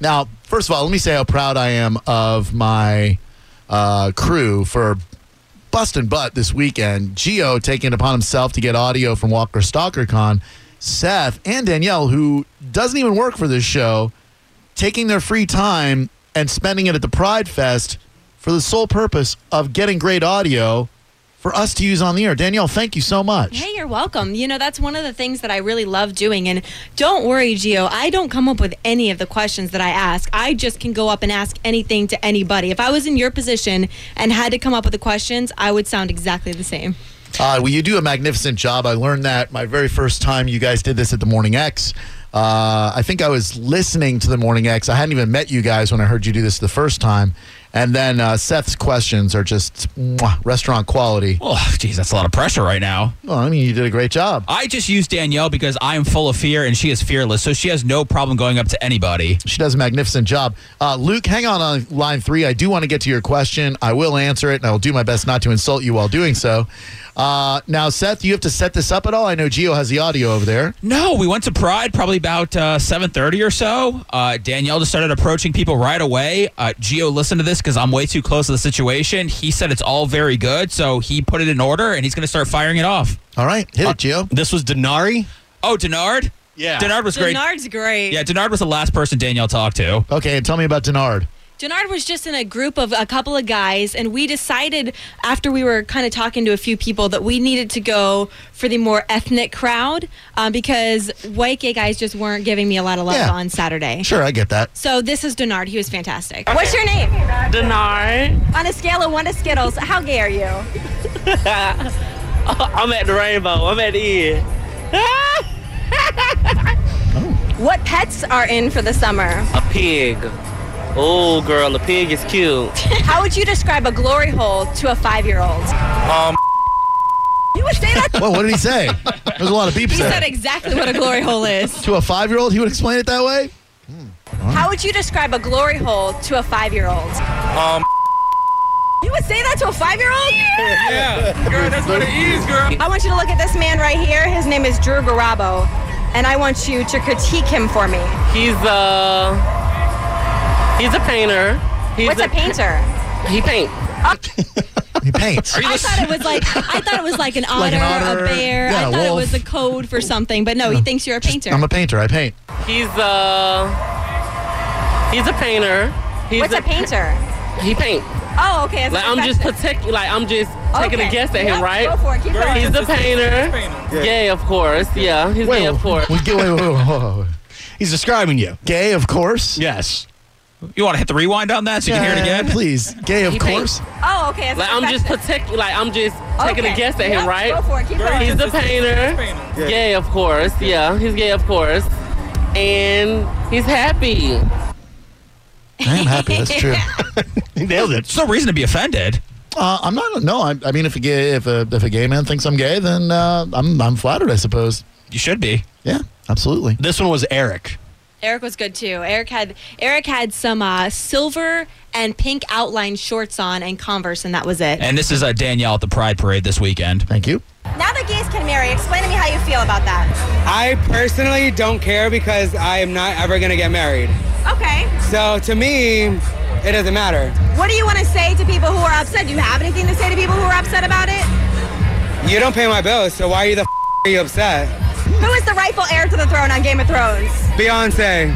Now, first of all, let me say how proud I am of my uh, crew for busting butt this weekend. Geo taking it upon himself to get audio from Walker StalkerCon. Seth and Danielle, who doesn't even work for this show, taking their free time and spending it at the Pride Fest for the sole purpose of getting great audio for us to use on the air. Danielle, thank you so much. Hey, you're welcome. You know, that's one of the things that I really love doing. And don't worry, Gio, I don't come up with any of the questions that I ask. I just can go up and ask anything to anybody. If I was in your position and had to come up with the questions, I would sound exactly the same. Uh, well, you do a magnificent job. I learned that my very first time you guys did this at the Morning X. Uh, I think I was listening to the Morning X. I hadn't even met you guys when I heard you do this the first time. And then uh, Seth's questions are just mwah, restaurant quality. Oh, geez, that's a lot of pressure right now. Well, I mean, you did a great job. I just use Danielle because I am full of fear and she is fearless, so she has no problem going up to anybody. She does a magnificent job. Uh, Luke, hang on on line three. I do want to get to your question. I will answer it, and I will do my best not to insult you while doing so. Uh, now, Seth, you have to set this up at all. I know Geo has the audio over there. No, we went to Pride probably about uh, 7.30 or so. Uh, Danielle just started approaching people right away. Uh, Gio listened to this because I'm way too close to the situation. He said it's all very good, so he put it in order and he's going to start firing it off. All right, hit it, Geo. This was Denari. Oh, Denard? Yeah. Denard was great. Denard's great. Yeah, Denard was the last person Danielle talked to. Okay, and tell me about Denard. Denard was just in a group of a couple of guys, and we decided after we were kind of talking to a few people that we needed to go for the more ethnic crowd um, because white gay guys just weren't giving me a lot of love Yeah. on Saturday. Sure, I get that. So this is Denard. He was fantastic. What's your name? Denard. On a scale of one to Skittles, how gay are you? I'm at the rainbow. I'm at the end. What pets are in for the summer? a pig. Oh, girl, a pig is cute. How would you describe a glory hole to a five-year-old? Um. You would say that. Well, what did he say? There's a lot of beeps He there. said exactly what a glory hole is. to a five year old, he would explain it that way? How would you describe a glory hole to a five-year-old? Um. You would say that to a five-year-old? Girl, that's what it is, girl. I want you to look at this man right here. His name is Drew Garabo, and I want you to critique him for me. He's a he's a painter. He's What's a painter? He paints. He paints. I thought it was like I thought it was like an otter, Like an otter, a bear. yeah, I a thought it wolf. was a code for something, but no, he thinks you're a painter. I'm a painter. I paint. He's a he's a painter. He's What's a painter? He paints. Oh, okay. Like I'm just protect. Like I'm just taking a guess at him, right? Go for it. Keep going. He's a painter. Gay, of course. Yeah, he's gay, of course. we get- wait, wait, wait, wait, wait. He's describing you. Gay, of course. Yes. You want to hit the rewind on that so you can hear it Yeah, again? Please. Gay, of He course. paints. oh, okay. Like I'm just protect. Like I'm just taking a Okay. guess at him, Yep, right? go for it. Keep going. He's a painter. Gay, of course. Yeah, he's gay, of course. And he's happy. I am happy. That's true. He nailed it. There's no reason to be offended. Uh, I'm not. No, I, I mean, if a gay, if a if a gay man thinks I'm gay, then uh, I'm I'm flattered, I suppose. You should be. Yeah, absolutely. This one was Eric. Eric was good too. Eric had Eric had some uh, silver and pink outline shorts on and Converse, and that was it. And this is uh, Danielle at the Pride Parade this weekend. Thank you. Now that gays can marry, explain to me how you feel about that. I personally don't care because I am not ever gonna get married. Okay. So to me, it doesn't matter. What do you want to say to people who are upset? Do you have anything to say to people who are upset about it? You don't pay my bills, so why are you the f- are you upset? Who is the rightful heir to the throne on Game of Thrones? Beyonce.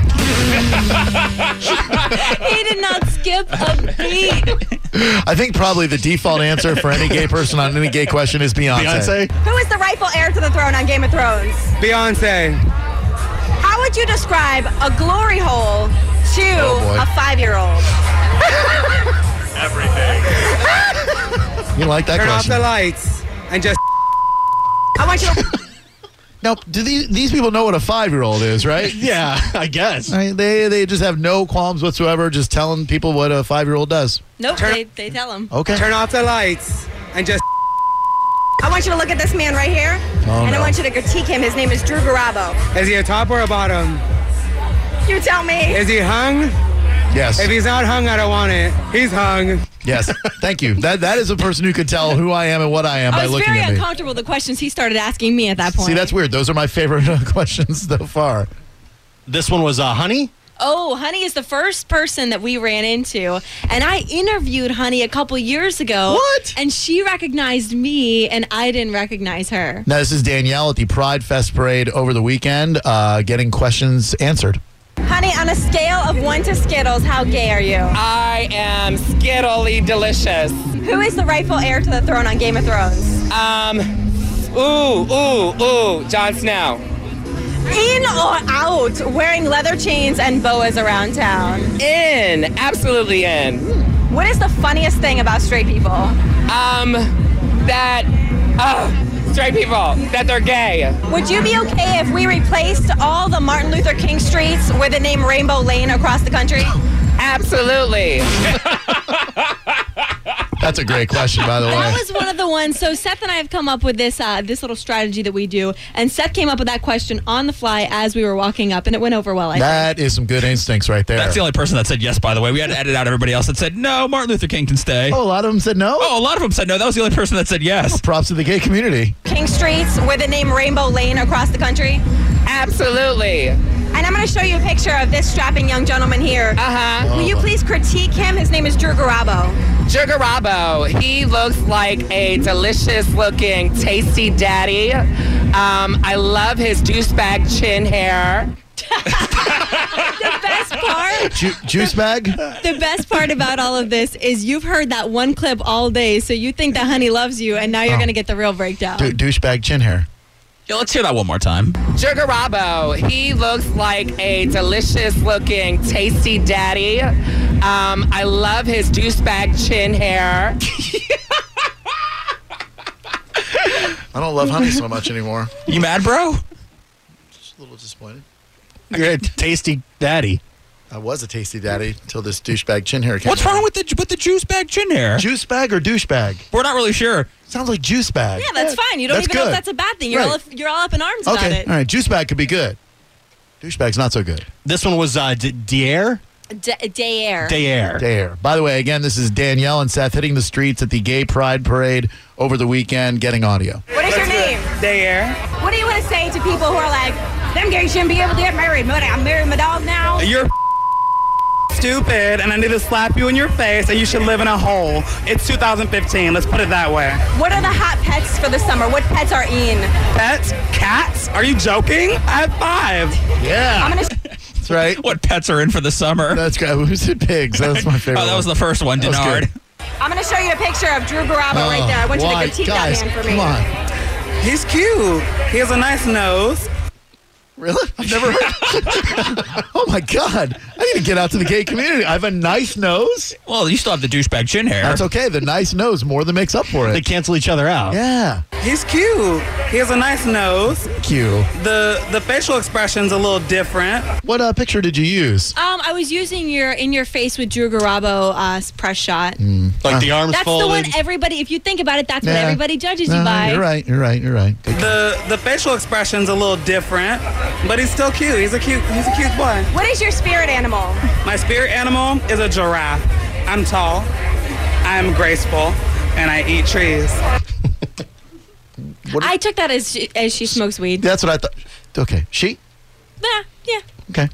he did not skip a beat. I think probably the default answer for any gay person on any gay question is Beyonce. Beyonce. Who is the rightful heir to the throne on Game of Thrones? Beyonce. How would you describe a glory hole to Oh, boy. a five-year-old? You like that Turn off the question? lights and just I want you to. Now, do these these people know what a five year old is, right? Yeah, I guess. I mean, they they just have no qualms whatsoever, just telling people what a five year old does. Nope, Turn- they, they tell him. Okay. turn off the lights and just I want you to look at this man right here, Oh, and no. I want you to critique him. His name is Drew Garabo. is he a top or a bottom? You tell me. Is he hung? Yes. If he's not hung, I don't want it. He's hung. Yes. Thank you. That that is a person who could tell who I am and what I am by I was looking very at me. uncomfortable the questions he started asking me at that point. See, that's weird. Those are my favorite questions so uh, far. This one was uh, Honey. Oh, Honey is the first person that we ran into. And I interviewed Honey a couple years ago. What? And she recognized me, and I didn't recognize her. Now, this is Danielle at the Pride Fest Parade over the weekend, uh, getting questions answered. Honey, on a scale of one to Skittles, how gay are you? I am skittily delicious. Who is the rightful heir to the throne on Game of Thrones? Um, ooh, ooh, ooh, Jon Snow. In or out, wearing leather chains and boas around town. In, absolutely in. What is the funniest thing about straight people? Um, that, uh, straight people, that they're gay. Would you be okay if we replaced all the Martin Luther King streets with the name Rainbow Lane across the country? Absolutely. That's a great question, by the way. That was one of the ones. So Seth and I have come up with this uh, this little strategy that we do, and Seth came up with that question on the fly as we were walking up, and it went over well. I think. That is some good instincts right there. That's the only person that said yes, by the way. We had to edit out everybody else that said no, Martin Luther King can stay. oh, a lot of them said no. Oh, a lot of them said no. That was the only person that said yes. Props to the gay community. King streets with the name Rainbow Lane across the country. Absolutely. And I'm going to show you a picture of this strapping young gentleman here. Uh huh. Will you Oh. please critique him? His name is Drew Garabo. Jiggarabo. He looks like a delicious looking, tasty daddy. Um, I love his juice bag chin hair. The best part. Ju- juice bag? The best part about all of this is you've heard that one clip all day, so you think that honey loves you, and now Oh. you're going to get the real breakdown. Du- douchebag chin hair. Yeah, let's hear that one more time. Jiggarabo. He looks like a delicious looking, tasty daddy. Um, I love his juice bag chin hair. I don't love honey so much anymore. You mad, bro? Just a little disappointed. You're a tasty daddy. I was a tasty daddy until this douchebag chin hair came. What's wrong with the with the juice bag chin hair? juice bag or douchebag? We're not really sure. Sounds like juice bag. Yeah, that's fine. You don't That's even know if good. that's a bad thing. You're Right. all you're all up in arms about Okay, it. all right. Juice bag could be good. Douchebag's not so good. This one was uh, D- Dier? D- Dayer. Dayer. Dare. By the way, again, this is Danielle and Seth hitting the streets at the Gay Pride Parade over the weekend, getting audio. What is your name? There. What do you want to say to people who are like, them gays shouldn't be able to get married? But I'm marrying my dog now. You're stupid, and I need to slap you in your face, and you should live in a hole. It's 2015. Let's put it that way. What are the hot pets for the summer? What pets are in? Pets? Cats? Are you joking? I have five. Yeah, I'm gonna. that's right. What pets are in for the summer? That's great. Who said pigs? That was my favorite. oh, that was the first one, That was good. Denard. I'm gonna show you a picture of Drew Garabo Oh, right there. I want you to why? critique Guys, that man for me. Come on, He's cute. He has a nice nose. really? I've never heard. oh my god! I need to get out to the gay community. I have a nice nose. Well, you still have the douchebag chin hair. That's okay. The nice nose more than makes up for They it. cancel each other out. Yeah, He's cute. He has a nice nose. thank you. The the facial expression's a little different. What uh, picture did you use? Um, I was using your in your face with Drew Garabo uh, press shot. Mm. Like the arms That's the folded. one everybody. If you think about it, that's what Yeah. everybody judges No, you by. You're right. You're right. You're right. The the facial expression's a little different, but he's still cute. He's a cute he's a cute boy. What is your spirit animal? My spirit animal is a giraffe. I'm tall, I'm graceful, and I eat trees. I took that as she, as she smokes weed. That's what I thought. Okay, she. Nah, yeah. Okay.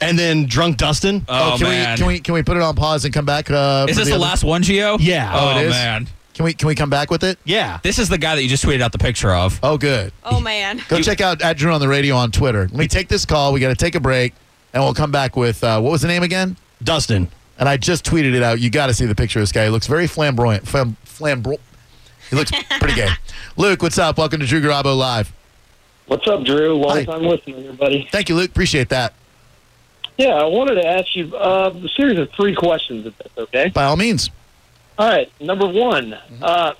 and then drunk Dustin. Oh, can man. we can we can we put it on pause and come back? Uh, is for this the other- last one, Gio? Yeah. Oh, Oh, it is? man. Can we can we come back with it? yeah. This is the guy that you just tweeted out the picture of. Oh, good. Oh man. Go check out at Drew on the radio on Twitter. Let me take this call. We got to take a break, and we'll come back with uh, what was the name again? Dustin. And I just tweeted it out. You got to see the picture of this guy. He looks very flamboyant. Flam, flambro- he looks pretty gay. Luke, what's up? Welcome to Drew Garabo Live. What's up, Drew? Long Hi. time listener, here, buddy. Thank you, Luke. Appreciate that. Yeah, I wanted to ask you uh, a series of three questions, if that's okay. By all means. All right, number one, Mm-hmm. uh,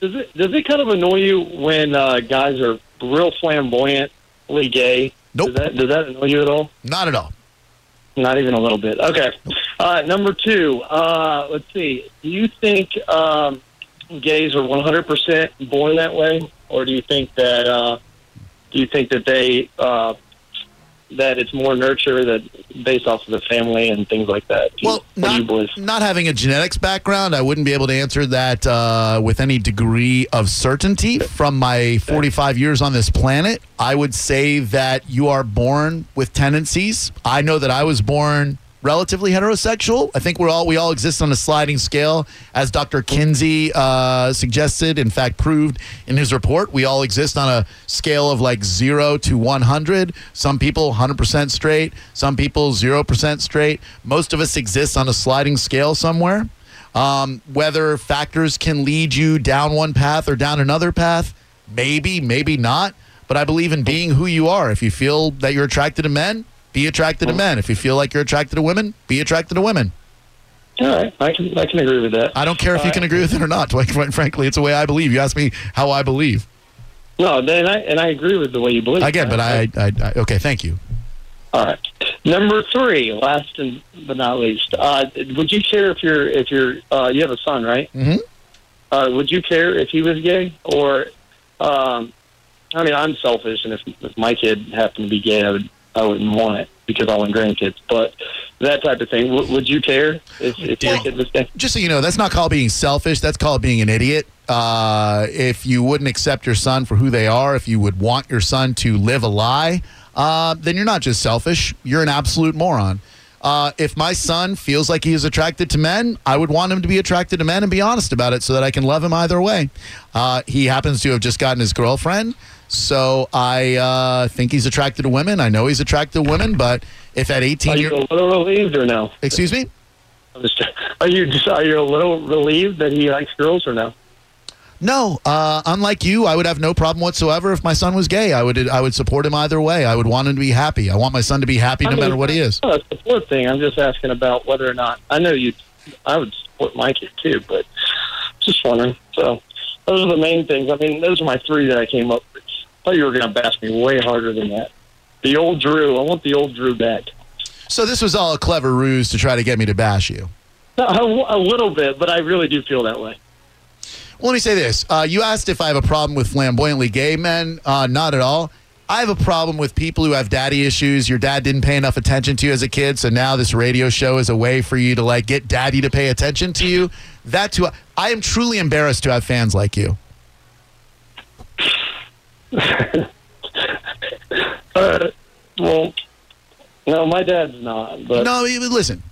does it does it kind of annoy you when uh, guys are real flamboyantly gay? Nope. Does that, does that annoy you at all? Not at all. Not even a little bit. Okay. Uh, number two, uh, let's see. Do you think um, gays are 100% born that way, or do you think that uh, do you think that they uh, that it's more nurture that based off of the family and things like that. Do you- Well, what do you boys? not, not having a genetics background, I wouldn't be able to answer that uh, with any degree of certainty from my 45 years on this planet. I would say that you are born with tendencies. I know that I was born relatively heterosexual. I think we're all we all exist on a sliding scale, as Dr. Kinsey uh, suggested, in fact proved in his report. We all exist on a scale of like zero to 100. Some people 100% straight, some people 0% straight. Most of us exist on a sliding scale somewhere. Um, whether factors can lead you down one path or down another path, maybe, maybe not. But I believe in being who you are. If you feel that you're attracted to men, be attracted to men. If you feel like you're attracted to women, be attracted to women. All right, I can I can agree with that. I don't care if you All can agree with it or not. Like, quite frankly, it's the way I believe. You ask me how I believe. No, then I and I agree with the way you believe. Again, but I, I, I okay, thank you. All right. Number three, last and but not least, uh, would you care if you're if you're uh, you have a son, right? Mhm. Uh, would you care if he was gay or? Um, I mean, I'm selfish, and if, if my kid happened to be gay, I would I wouldn't want it because I want grandkids. But that type of thing, w- would you care if, if your Well- kid was gay? Just so you know, that's not called being selfish. That's called being an idiot. Uh, if you wouldn't accept your son for who they are, if you would want your son to live a lie, uh, then you're not just selfish. You're an absolute moron. Uh, if my son feels like he is attracted to men, I would want him to be attracted to men and be honest about it so that I can love him either way. Uh, he happens to have just gotten his girlfriend. So I uh, think he's attracted to women. I know he's attracted to women, but if at Are 18 you years, a little relieved or no? excuse me, I'm just- Are you just, are you a little relieved that he likes girls or no? No, uh, unlike you, I would have no problem whatsoever if my son was gay. I would I would support him either way. I would want him to be happy. I want my son to be happy no I mean, matter what he is. No, that's the fourth thing. I'm just asking about whether or not I know you. I would support my kid too, but just wondering. So those are the main things. I mean, those are my three that I came up. with. I thought you were going to bash me way harder than that. The old Drew. I want the old Drew back. So this was all a clever ruse to try to get me to bash you. No, A, a little bit, but I really do feel that way. Well, let me say this. Uh, you asked if I have a problem with flamboyantly gay men. Uh, not at all. I have a problem with people who have daddy issues. Your dad didn't pay enough attention to you as a kid, so now this radio show is a way for you to like get daddy to pay attention to you. That too. I am truly embarrassed to have fans like you. Uh, well, no, my dad's not. But No, you- listen.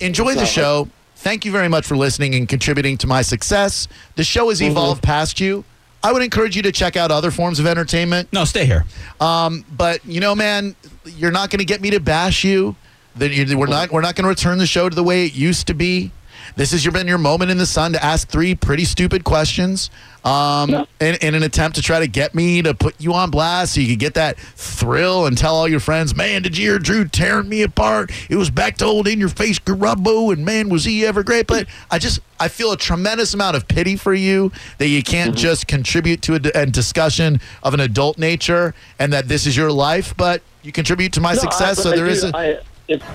Enjoy the show. Thank you very much for listening and contributing to my success. The show has evolved past you. I would encourage you to check out other forms of entertainment. No, stay here. But you know, man, you're not going to get me to bash you. That you- we're not we're not going to return the show to the way it used to be. This has your, been your moment in the sun to ask three pretty stupid questions um, in, in an attempt to try to get me to put you on blast so you could get that thrill and tell all your friends, man, did you hear Drew tearing me apart? It was back to old in your face Garubbo, and man, was he ever great. But I just, I feel a tremendous amount of pity for you that you can't Mm-hmm. just contribute to a, d- a discussion of an adult nature and that this is your life, but you contribute to my No, I- success. but so I there do- is a. I- if- if you wanna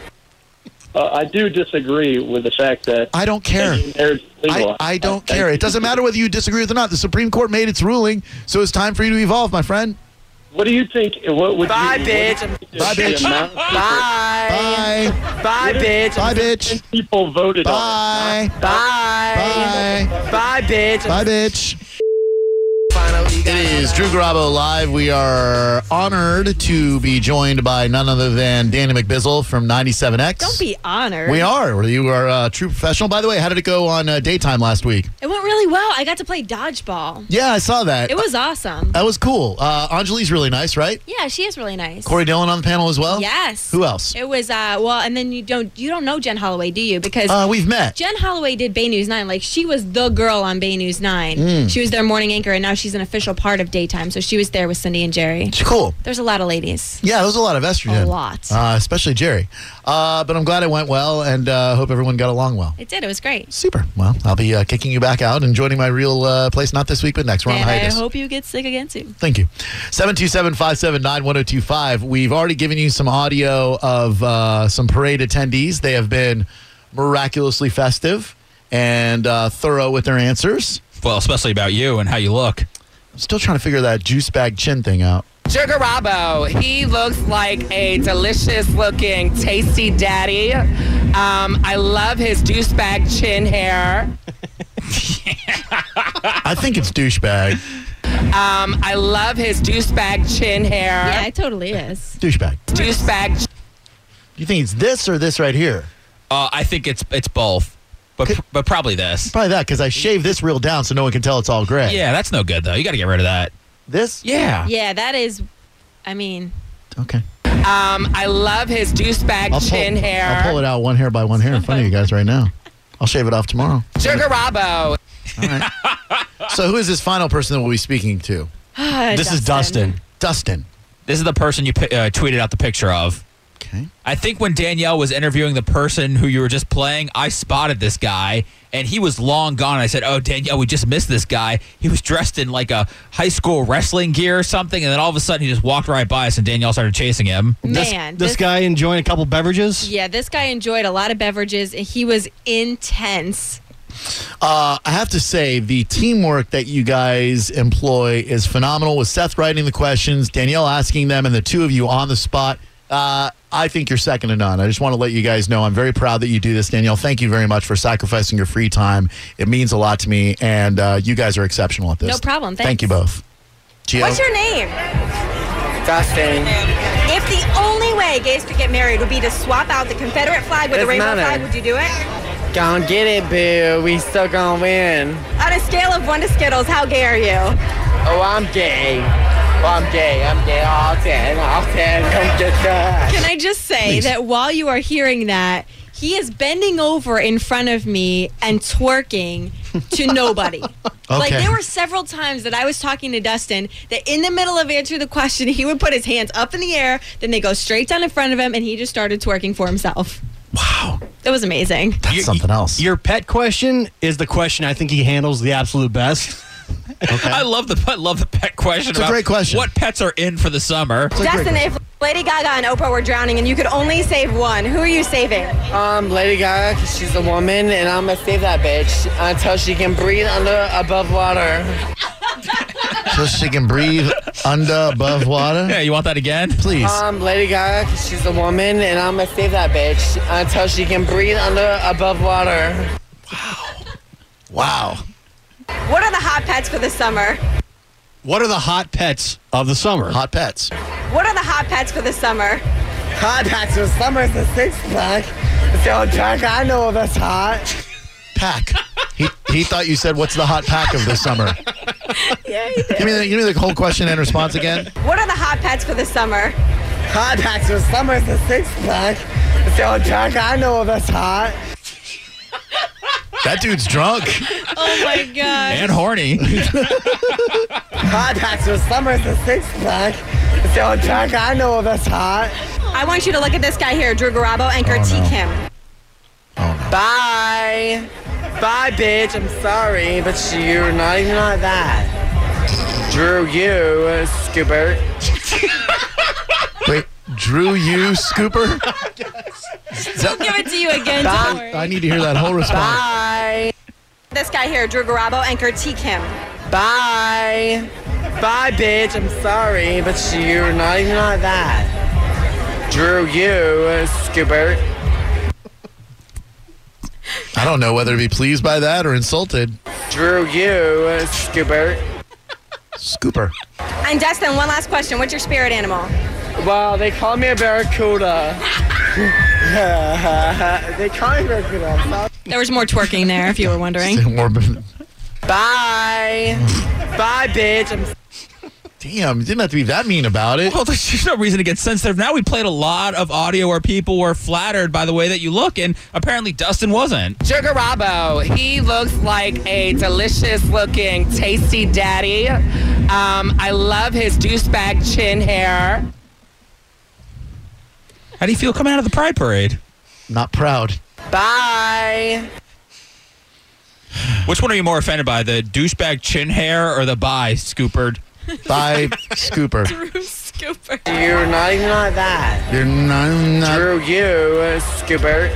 Bye. uh, I do disagree with the fact that I don't care. there's I, legal. I don't care. It doesn't matter whether you disagree with it or not. The Supreme Court made its ruling, so it's time for you to evolve, my friend. What do you think? What would Bye, you, bitch. Bye, bitch. Bye. Bye. Bye, bitch. Bye, bitch. People voted on. Bye. Bye. Bye. Bye, bitch. Bye, bitch. It is Drew Garabo live. We are honored to be joined by none other than Danny McBizzle from 97X. Don't be honored. We are. You are a true professional. By the way, how did it go on uh, daytime last week? It went really well. I got to play dodgeball. Yeah, I saw that. It was awesome. that was cool. Uh, Anjali's really nice, right? Yeah, she is really nice. Corey Dillon on the panel as well. Yes. Who else? It was uh well, and then you don't you don't know Jen Holloway, do you? Because Uh, we've met. Jen Holloway did Bay News Nine. Like she was the girl on Bay News Nine. Mm. She was their morning anchor, and now she's an official part of daytime. So she was there with Cindy and Jerry. Cool. There's a lot of ladies. Yeah, it was a lot of estrogen. A lot. Uh, especially Jerry. Uh, but I'm glad it went well and uh, hope everyone got along well. It did. It was great. Super. Well, I'll be uh, kicking you back out and joining my real uh, place not this week, but next. We're on And I hiatus. hope you get sick again soon. Thank you. 727 579 1025. We've already given you some audio of uh, some parade attendees. They have been miraculously festive and uh, thorough with their answers. Well, especially about you and how you look. I'm still trying to figure that juice bag chin thing out. Jiggarabo, he looks like a delicious looking tasty daddy. Um, I love his deuce bag chin hair. I think it's douchebag. Um, I love his deuce bag chin hair. Yeah, it totally is. douchebag. Do Deuce bag you think it's this or this right here? Uh, I think it's it's both, but Could- but probably this. Probably that because I shaved this real down so no one can tell it's all gray. Yeah, that's no good though. You got to get rid of that. This? Yeah. Yeah, that is. I mean, Okay. Um, I love his deuce bag I'll pull, chin hair. I'll pull it out one hair by one hair in front of you guys right now. I'll shave it off tomorrow. Jiggarabo. So who is this final person that we'll be speaking to? ah, Uh, This is Dustin. Dustin. This is the person you pi- uh, tweeted out the picture of. Okay. I think when Danielle was interviewing the person who you were just playing, I spotted this guy and he was long gone. I said, "Oh, Danielle, we just missed this guy. He was dressed in like a high school wrestling gear or something." And then all of a sudden, he just walked right by us, and Danielle started chasing him. Mm. This, Man, this, this- guy enjoying a couple beverages. Yeah, this guy enjoyed a lot of beverages. and He was intense. Uh, I have to say, the teamwork that you guys employ is phenomenal. With Seth writing the questions, Danielle asking them, and the two of you on the spot, uh, I think you're second to none. I just want to let you guys know I'm very proud that you do this, Danielle. Thank you very much for sacrificing your free time. It means a lot to me, and uh, you guys are exceptional at this. No problem. Thank Thanks. you both. Gio? What's your name? Dustin. If the only way gays could get married would be to swap out the Confederate flag with a It's rainbow not a- flag, would you do it? Gonna get it, boo. We still gonna win. On a scale of one to Skittles, how gay are you? Oh, I'm gay. Oh, I'm gay. I'm gay. All ten. All ten. Come get that. Can I just say that while you are hearing that, he is bending over in front of me and twerking to nobody. Like Okay. there were several times that I was talking to Dustin that in the middle of answering the question, he would put his hands up in the air, then they go straight down in front of him, and he just started twerking for himself. Wow, That was amazing. that's something else. Your pet question is the question I think he handles the absolute best. I love the I love the pet question. a about great question. What pets are in for the summer? Dustin, if Lady Gaga and Oprah were drowning and you could only save one, who are you saving? Um, Lady Gaga, 'cause she's a woman, and I'm gonna save that bitch until she can breathe under above water. so she can breathe under, above water. Yeah, you want that again? Please. Um, Lady Gaga, 'cause she's a woman, and I'm gonna save that bitch until she can breathe under above water. wow. What are the hot pets for the summer? What are the hot pets of the summer? Hot pets. What are the hot pets for the summer? Hot packs for summer is a six pack. It's the only pack I know that's hot. Pack. He, he thought you said, What's the hot pack of the summer? Yeah. Give me, the, give me the whole question and response again. What are the hot pets for the summer? Oh Hot packs for summer is a six pack. It's the only pack I know that's hot. That dude's drunk. Oh my god. And horny. Hot packs for summer is a six pack. It's the only pack I know that's hot. I want you to look at this guy here, Drew Garabo, Oh, and critique him. Bye. Bye, bitch. I'm sorry, but you're not even like that. Drew, you, uh, Scoobert. Wait, Drew, you scooper? We'll give it to you again. Don't worry. I need to hear that whole response. Bye. This guy here, Drew Garabo, and critique him. Bye. Bye, bitch. I'm sorry, but you're not even like that. Drew, you, uh, Scoobert. I don't know whether to be pleased by that or insulted. Drew, you, uh, Scoobert. Scooper. And Dustin, one last question. What's your spirit animal? Wow, they call me a barracuda. they call me barracuda. I'm sorry. There was more twerking there if you were wondering. Damn, Bye. Bye, bitch. I'm you didn't have to be that mean about it. Well, there's just no reason to get sensitive. Now we played a lot of audio where people were flattered by the way that you look, and apparently Dustin wasn't. Jiggarabo, he looks like a delicious looking tasty daddy. Um, I love his deuce bag chin hair. How do you feel coming out of the Pride Parade? Not proud. Bye. Which one are you more offended by, the douchebag chin hair or the bi scoopered? Bye, scooper. Bruce Cooper. You're not even like that. You're not, not- Drew, you, uh, Scoobert.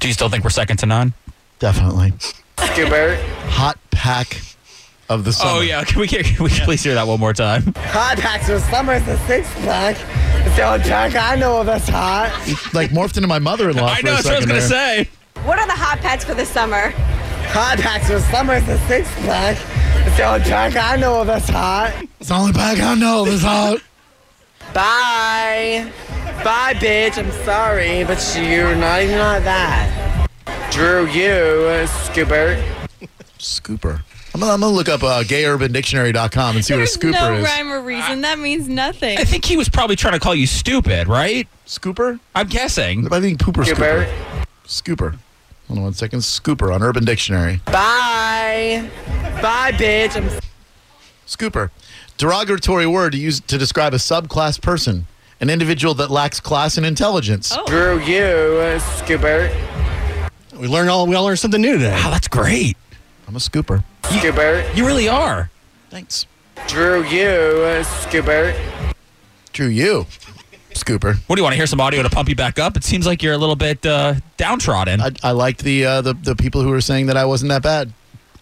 Do you still think we're second to none? Definitely. Scoobert. Hot pack of the summer. Oh yeah, can we can we please hear that one more time? Contacts with summer is a six pack. It's the only pack I know of that's hot. Like morphed into my mother-in-law. I for know a that's what I was second gonna there. say. What are the hot pets for the summer? Contacts with summer is a six pack. It's the only pack I know of that's hot. It's the only bag I know. This hot. Bye. Bye, bitch. I'm sorry, but you're not even like that. Drew, you, uh, Scoobert. Scooper. I'm gonna, I'm gonna look up uh, gayurbandictionary.com and see There's what a scooper no is. rhyme or reason. That means nothing. I think he was probably trying to call you stupid, right? Scooper? I'm guessing. I think pooper scooper. Scoobert. Scooper. Hold on one second. Scooper on Urban Dictionary. Bye. Bye, bitch. I'm Scooper. Derogatory word used to describe a subclass person, an individual that lacks class and intelligence. Oh. Drew, you, Scoobert. We learned all we all learned something new today. Wow, that's great. I'm a scooper. Scoobert. You really are. Thanks. Drew, you, Scoobert. Drew, you. Scooper. What do you want to hear some audio to pump you back up? It seems like you're a little bit uh, downtrodden, I, I liked the, uh, the the people who were saying that I wasn't that bad.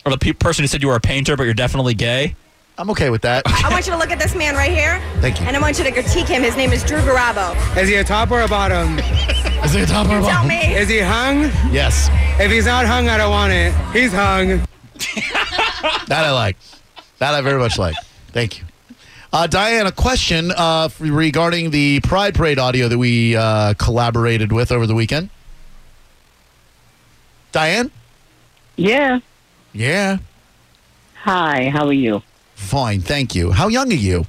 or the pe- person who said you were a painter, but you're definitely gay. I'm okay with that. I want you to look at this man right here. Thank you. And I want you to critique him. His name is Drew Garabo. Is he a top or a bottom? Is it a top or a Oh, Tell bottom? me. Is he hung? Yes. If he's not hung, I don't want it. He's hung. That I like. That I very much like. Thank you. Uh, Diane, a question uh, f- regarding the Pride Parade audio that we uh, collaborated with over the weekend. Diane? Yeah. Yeah. Hi, how are you? Fine, thank you. How young are you?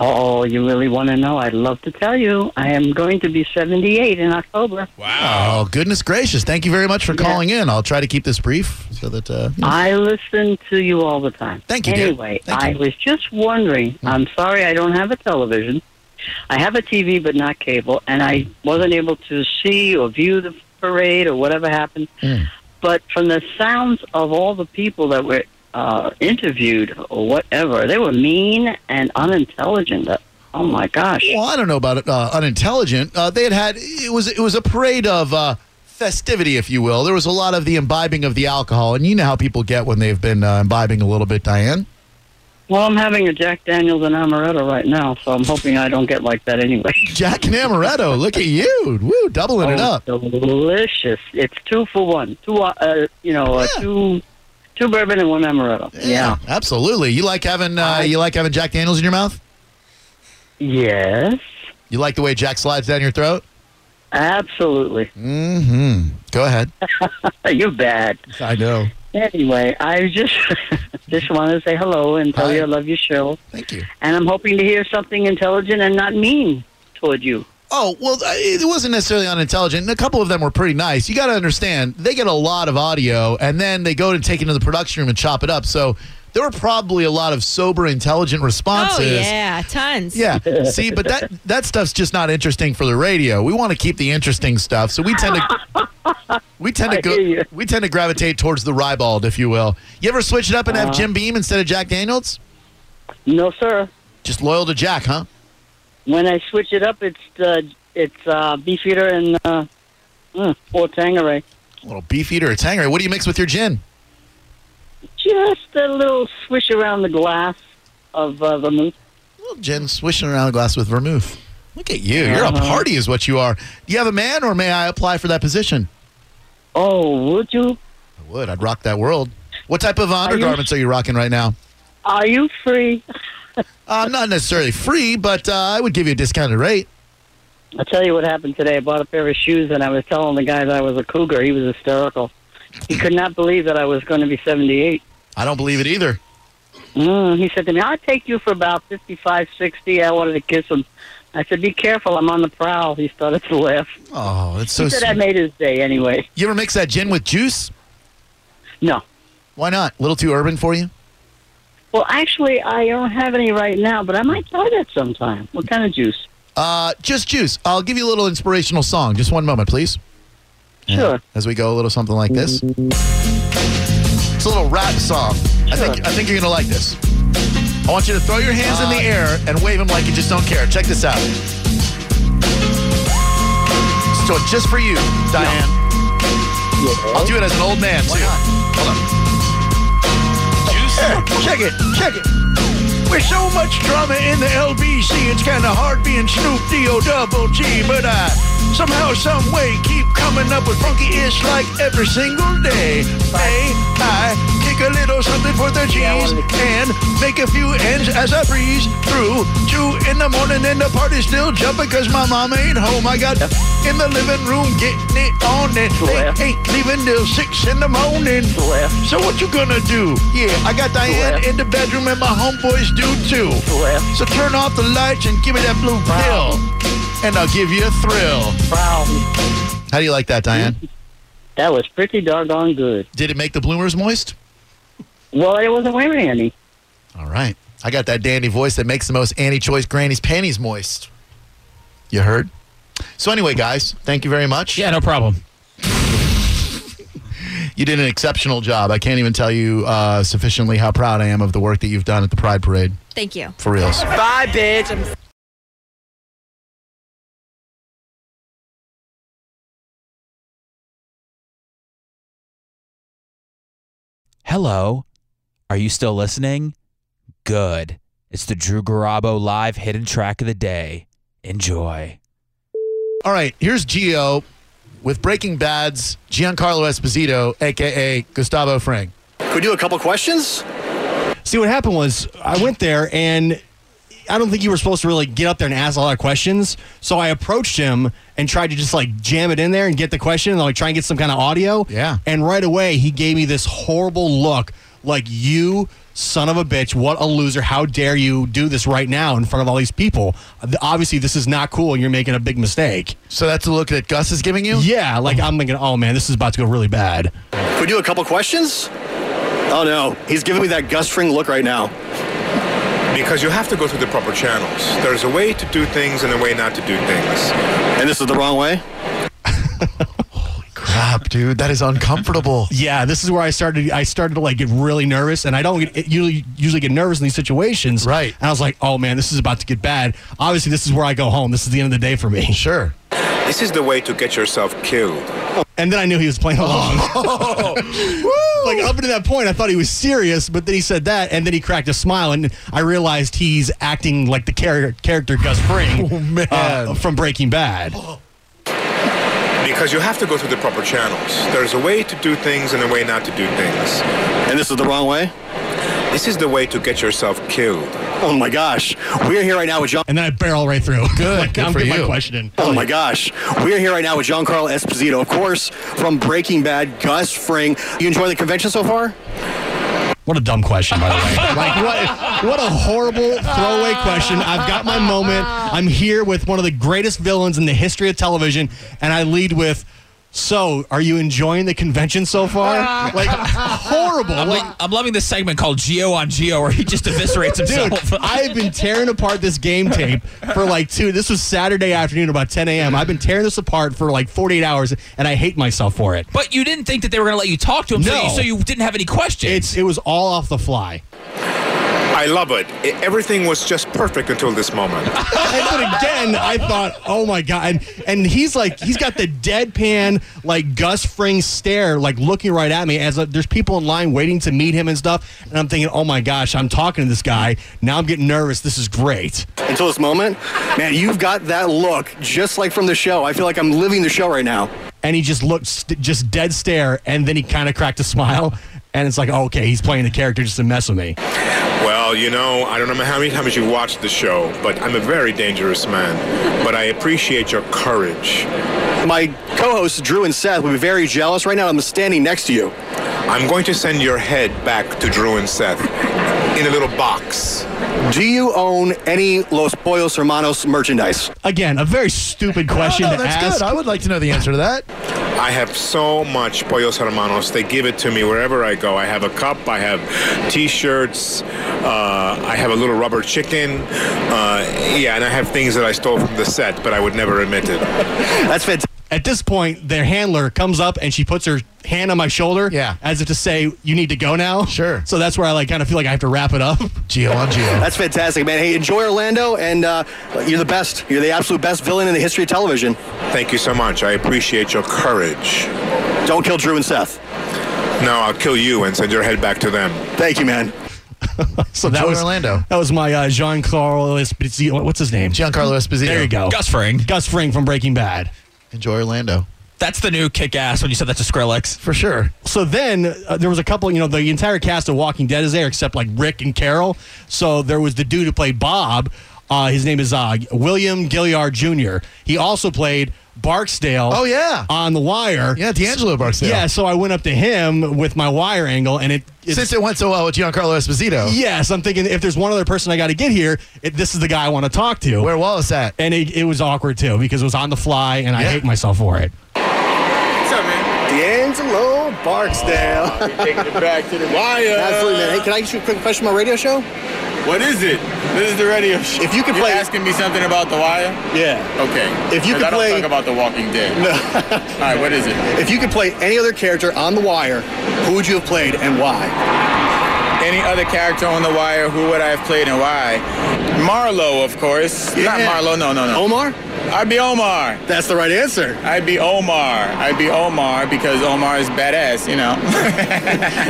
Oh, you really want to know? I'd love to tell you. I am going to be 78 in October. Oh, goodness gracious. Thank you very much for calling in. I'll try to keep this brief so that. Uh, you know. I listen to you all the time. Thank you, dear. Anyway, Thank I you. Hmm. was just wondering. I'm sorry I don't have a television. I have a TV, but not cable, and I wasn't able to see or view the parade or whatever happened. Hmm. But from the sounds of all the people that were uh, interviewed or whatever, they were mean and unintelligent. Oh my gosh. Well, I don't know about it, uh, unintelligent. Uh, they had had it was it was a parade of uh, festivity, if you will. There was a lot of the imbibing of the alcohol, and you know how people get when they've been uh, imbibing a little bit, Diane. Well, I'm having a Jack Daniels and amaretto right now, so I'm hoping I don't get like that anyway. Jack and Amaretto, look at you, woo, doubling it Oh, up. Delicious. It's two for one. Two, uh, uh, you know, uh, Yeah. two, two bourbon and one amaretto. absolutely. You like having uh, you like having Jack Daniels in your mouth. Yes. You like the way Jack slides down your throat. Absolutely. Uh, Mm-hmm. Go ahead. You're bad. I know. Anyway, I just just wanted to say hello and tell Hi. you I love your show, Thank you. and I'm hoping to hear something intelligent and not mean toward you. Oh, well, uh, it wasn't necessarily unintelligent. And a couple of them were pretty nice. You got to understand, they get a lot of audio and then they go to take it into the production room and chop it up. So there were probably a lot of sober, intelligent oh responses. yeah, tons. Yeah. See, but that that stuff's just not interesting for the radio. We want to keep the interesting stuff, so we tend to we tend to I hear go you. we tend to gravitate towards the ribald, if you will. You ever switch it up and have Uh-huh. Jim Beam instead of Jack Daniels? No, sir. Just loyal to Jack, huh? When I switch it up, it's uh, it's uh, beefeater and uh, mm, or Tangeray. A little beef eater or Tangeray. What do you mix with your gin? Just a little swish around the glass of uh, vermouth. little gin swishing around a glass with vermouth. Look at you. You're a Uh-huh. party, is what you are. Do you have a man, or may I apply for that position? Oh, would you? I would. I'd rock that world. What type of undergarments are you rocking right now? Are you free? I'm not necessarily free, but uh, I would give you a discounted rate. I'll tell you what happened today. I bought a pair of shoes, and I was telling the guy that I was a cougar. He was hysterical. He could not believe that I was going to be 78. I don't believe it either. Mm, he said to me, I'll take you for about fifty-five, sixty. I wanted to kiss him. I said, be careful. I'm on the prowl. He started to laugh. Oh, that's so He said I sweet. made his day anyway. You ever mix that gin with juice? No. Why not? A little too urban for you? Well, actually, I don't have any right now, but I might try that sometime. What kind of juice? Uh, just juice. I'll give you a little inspirational song. Just one moment, please. Sure. As we go, a little something like this. It's a little rap song. I think I think you're gonna like this. I want you to throw your hands in the air and wave them like you just don't care. Check this out. So it's just for you, Diane. I'll do it as an old man too. Hold on. Juice Yeah, check it, check it. With so much drama in the LBC, it's kind of hard being Snoop D-O double G, but I somehow, some way, keep coming up with funky ish like every single day. Hey, I kick a little something for the G's and make a few ends as I breeze through. Two in the morning and the party's still jumping because my mama ain't home. I got in the living room getting it on and they ain't leaving till six in the morning. So what you gonna do? Yeah, I got Diane in the bedroom and my homeboys do too. So turn off the lights and give me that blue pill and I'll give you a thrill. Mm-hmm. Wow. How do you like that, Diane? That was pretty doggone good. Did it make the bloomers moist? Well, it wasn't wearing any. All right. I got that dandy voice that makes the most anti choice granny's panties moist. You heard? So, anyway, guys, thank you very much. Yeah, no problem. You did an exceptional job. I can't even tell you uh, sufficiently how proud I am of the work that you've done at the Pride Parade. Thank you. For reals. Bye, bitch. I'm Hello. Are you still listening? Good. It's the Drew Garabo live hidden track of the day. Enjoy. All right, here's Gio with Breaking Bad's Giancarlo Esposito, aka Gustavo Fring. Could we do a couple questions? See, what happened was I went there and I don't think you were supposed to really get up there and ask a lot of questions. So I approached him and tried to just like jam it in there and get the question and like try and get some kind of audio. Yeah. And right away, he gave me this horrible look like, you son of a bitch, what a loser. How dare you do this right now in front of all these people? Obviously, this is not cool and you're making a big mistake. So that's the look that Gus is giving you? Yeah. Like I'm thinking, oh man, this is about to go really bad. Could we do a couple questions? Oh no, he's giving me that Gus Fring look right now. Because you have to go through the proper channels. There's a way to do things and a way not to do things. And this is the wrong way? Crap, dude, that is uncomfortable. Yeah, this is where I started. I started to like get really nervous, and I don't get, usually usually get nervous in these situations. Right. And I was like, oh man, this is about to get bad. Obviously, this is where I go home. This is the end of the day for me. Sure. This is the way to get yourself killed. And then I knew he was playing along. like up until that point, I thought he was serious, but then he said that, and then he cracked a smile, and I realized he's acting like the char- character Gus Fring uh, from Breaking Bad. Because you have to go through the proper channels. There's a way to do things and a way not to do things. And this is the wrong way? This is the way to get yourself killed. Oh my gosh, we're here right now with John. And then I barrel right through. Good, like, good I'm for getting you. my question in. Oh my gosh, we're here right now with Giancarlo Esposito, of course, from Breaking Bad. Gus Fring, you enjoying the convention so far? What a dumb question, by the way. like what? What a horrible throwaway question. I've got my moment. I'm here with one of the greatest villains in the history of television, and I lead with. So, are you enjoying the convention so far? Like horrible. I'm, Like, lo- I'm loving this segment called Geo on Geo where he just eviscerates himself. Dude, I've been tearing apart this game tape for like two. This was Saturday afternoon, about 10 a.m. I've been tearing this apart for like 48 hours, and I hate myself for it. but you didn't think that they were going to let you talk to him, so, No. you, so you didn't have any questions. It's it was all off the fly. I love it. E- Everything was just perfect until this moment. and then again, I thought, oh my god! And, and he's like, he's got the deadpan, like Gus Fring stare, like looking right at me. As like, there's people in line waiting to meet him and stuff, and I'm thinking, oh my gosh, I'm talking to this guy. Now I'm getting nervous. This is great. until this moment. Man, you've got that look just like from the show. I feel like I'm living the show right now. And he just looked, st- just dead stare, and then he kind of cracked a smile, and it's like, okay, he's playing the character just to mess with me. Well, you know, I don't know how many times you watched the show, but I'm a very dangerous man. But I appreciate your courage. My co-hosts Drew and Seth would be very jealous right now. I'm standing next to you. I'm going to send your head back to Drew and Seth in a little box. Do you own any Los Pollos Hermanos merchandise? Again, a very stupid question Oh, no, to that's ask. good. I would like to know the answer to that. I have so much Pollos Hermanos. They give it to me wherever I go. I have a cup, I have t shirts, uh, I have a little rubber chicken. Uh, yeah, and I have things that I stole from the set, but I would never admit it. That's fantastic. At this point, their handler comes up and she puts her hand on my shoulder, yeah, as if to say, "You need to go now." Sure. So that's where I like kind of feel like I have to wrap it up. Geo on Geo. That's fantastic, man. Hey, enjoy Orlando, and uh, you're the best. You're the absolute best villain in the history of television. Thank you so much. I appreciate your courage. Don't kill Drew and Seth. No, I'll kill you and send your head back to them. Thank you, man. so Enjoy that was Orlando. That was my uh, Giancarlo Esposito. What's his name? Giancarlo Esposito. There you go. Gus Fring. Gus Fring from Breaking Bad. Enjoy Orlando. That's the new kick ass when you said that to Skrillex. For sure. So then uh, there was a couple, you know, the entire cast of Walking Dead is there except like Rick and Carol. So there was the dude who played Bob. Uh, his name is uh, William Gilliard Jr. He also played Barksdale. Oh, yeah. on the wire. Yeah, D'Angelo Barksdale. Yeah, so I went up to him with my wire angle, and it it's- Since it went so well with Giancarlo Esposito. Yes, I'm thinking if there's one other person I got to get here, it, this is the guy I want to talk to. Where Wallace at? And it, it was awkward too because it was on the fly, and I hate myself for it. What's up, man? D'Angelo Barksdale. taking it back to the wire. Absolutely, man. Hey, can I ask you a quick question about radio show? What is it? This is the radio show. If you could You're play- asking me something about The Wire? Yeah. Okay. If you 'Cause could I don't play- talk about The Walking Dead. No. All right, what is it? If you could play any other character on The Wire, who would you have played and why? Any other character on The Wire, who would I have played and why? Marlo, of course. Not Yeah. Marlo, no, no, no. Omar? I'd be Omar. That's the right answer. I'd be Omar. I'd be Omar because Omar is badass, you know.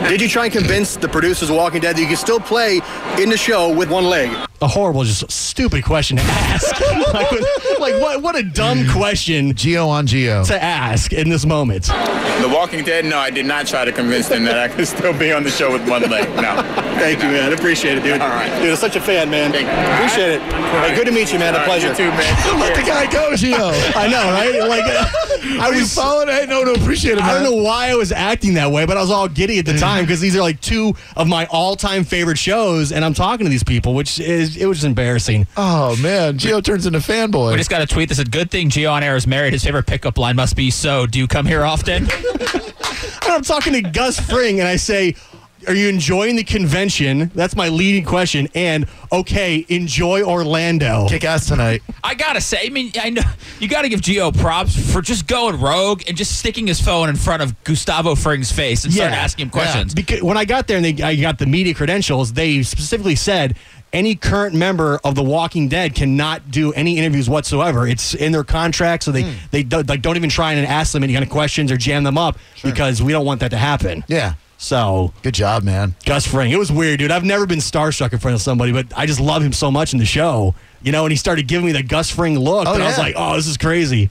Did you try and convince the producers of Walking Dead that you could still play in the show with one leg? A horrible, just stupid question to ask. like, what- like, what? What a dumb question. Geo on Geo to ask in this moment. the Walking Dead, no, I did not try to convince them that I could still be on the show with one leg. No. Thank you, man. Appreciate it, dude. All right. Dude, I'm such a fan, man. Appreciate it. Hey, good to meet you, man. A All right, pleasure. you too, man. Let the guy go, Gio. I know, right? Like, uh, I Are you was- following? I no, no, appreciate it. I don't man. know why I was acting that way, but I was all giddy at the time because these are like two of my all-time favorite shows, and I'm talking to these people, which is it was embarrassing. Oh man, Geo turns into fanboy. We just got a tweet that said, "Good thing Gio on air is married. His favorite pickup line must be so. Do you come here often?" And I'm talking to Gus Fring, and I say, "Are you enjoying the convention?" That's my leading question. And okay, enjoy Orlando. Kick ass tonight. I gotta say, I mean, I know you gotta give Gio props for just going rogue and just sticking his phone in front of Gustavo Fring's face and start asking him questions. Because when I got there and they, I got the media credentials, they specifically said any current member of The Walking Dead cannot do any interviews whatsoever. It's in their contract, so they Hmm. they do, like don't even try and ask them any kind of questions or jam them up because we don't want that to happen. Yeah. So Good job, man. Gus Fring, it was weird, dude. I've never been starstruck in front of somebody, but I just love him so much in the show, you know. And he started giving me the Gus Fring look, Oh, and I was yeah. like, oh, this is crazy.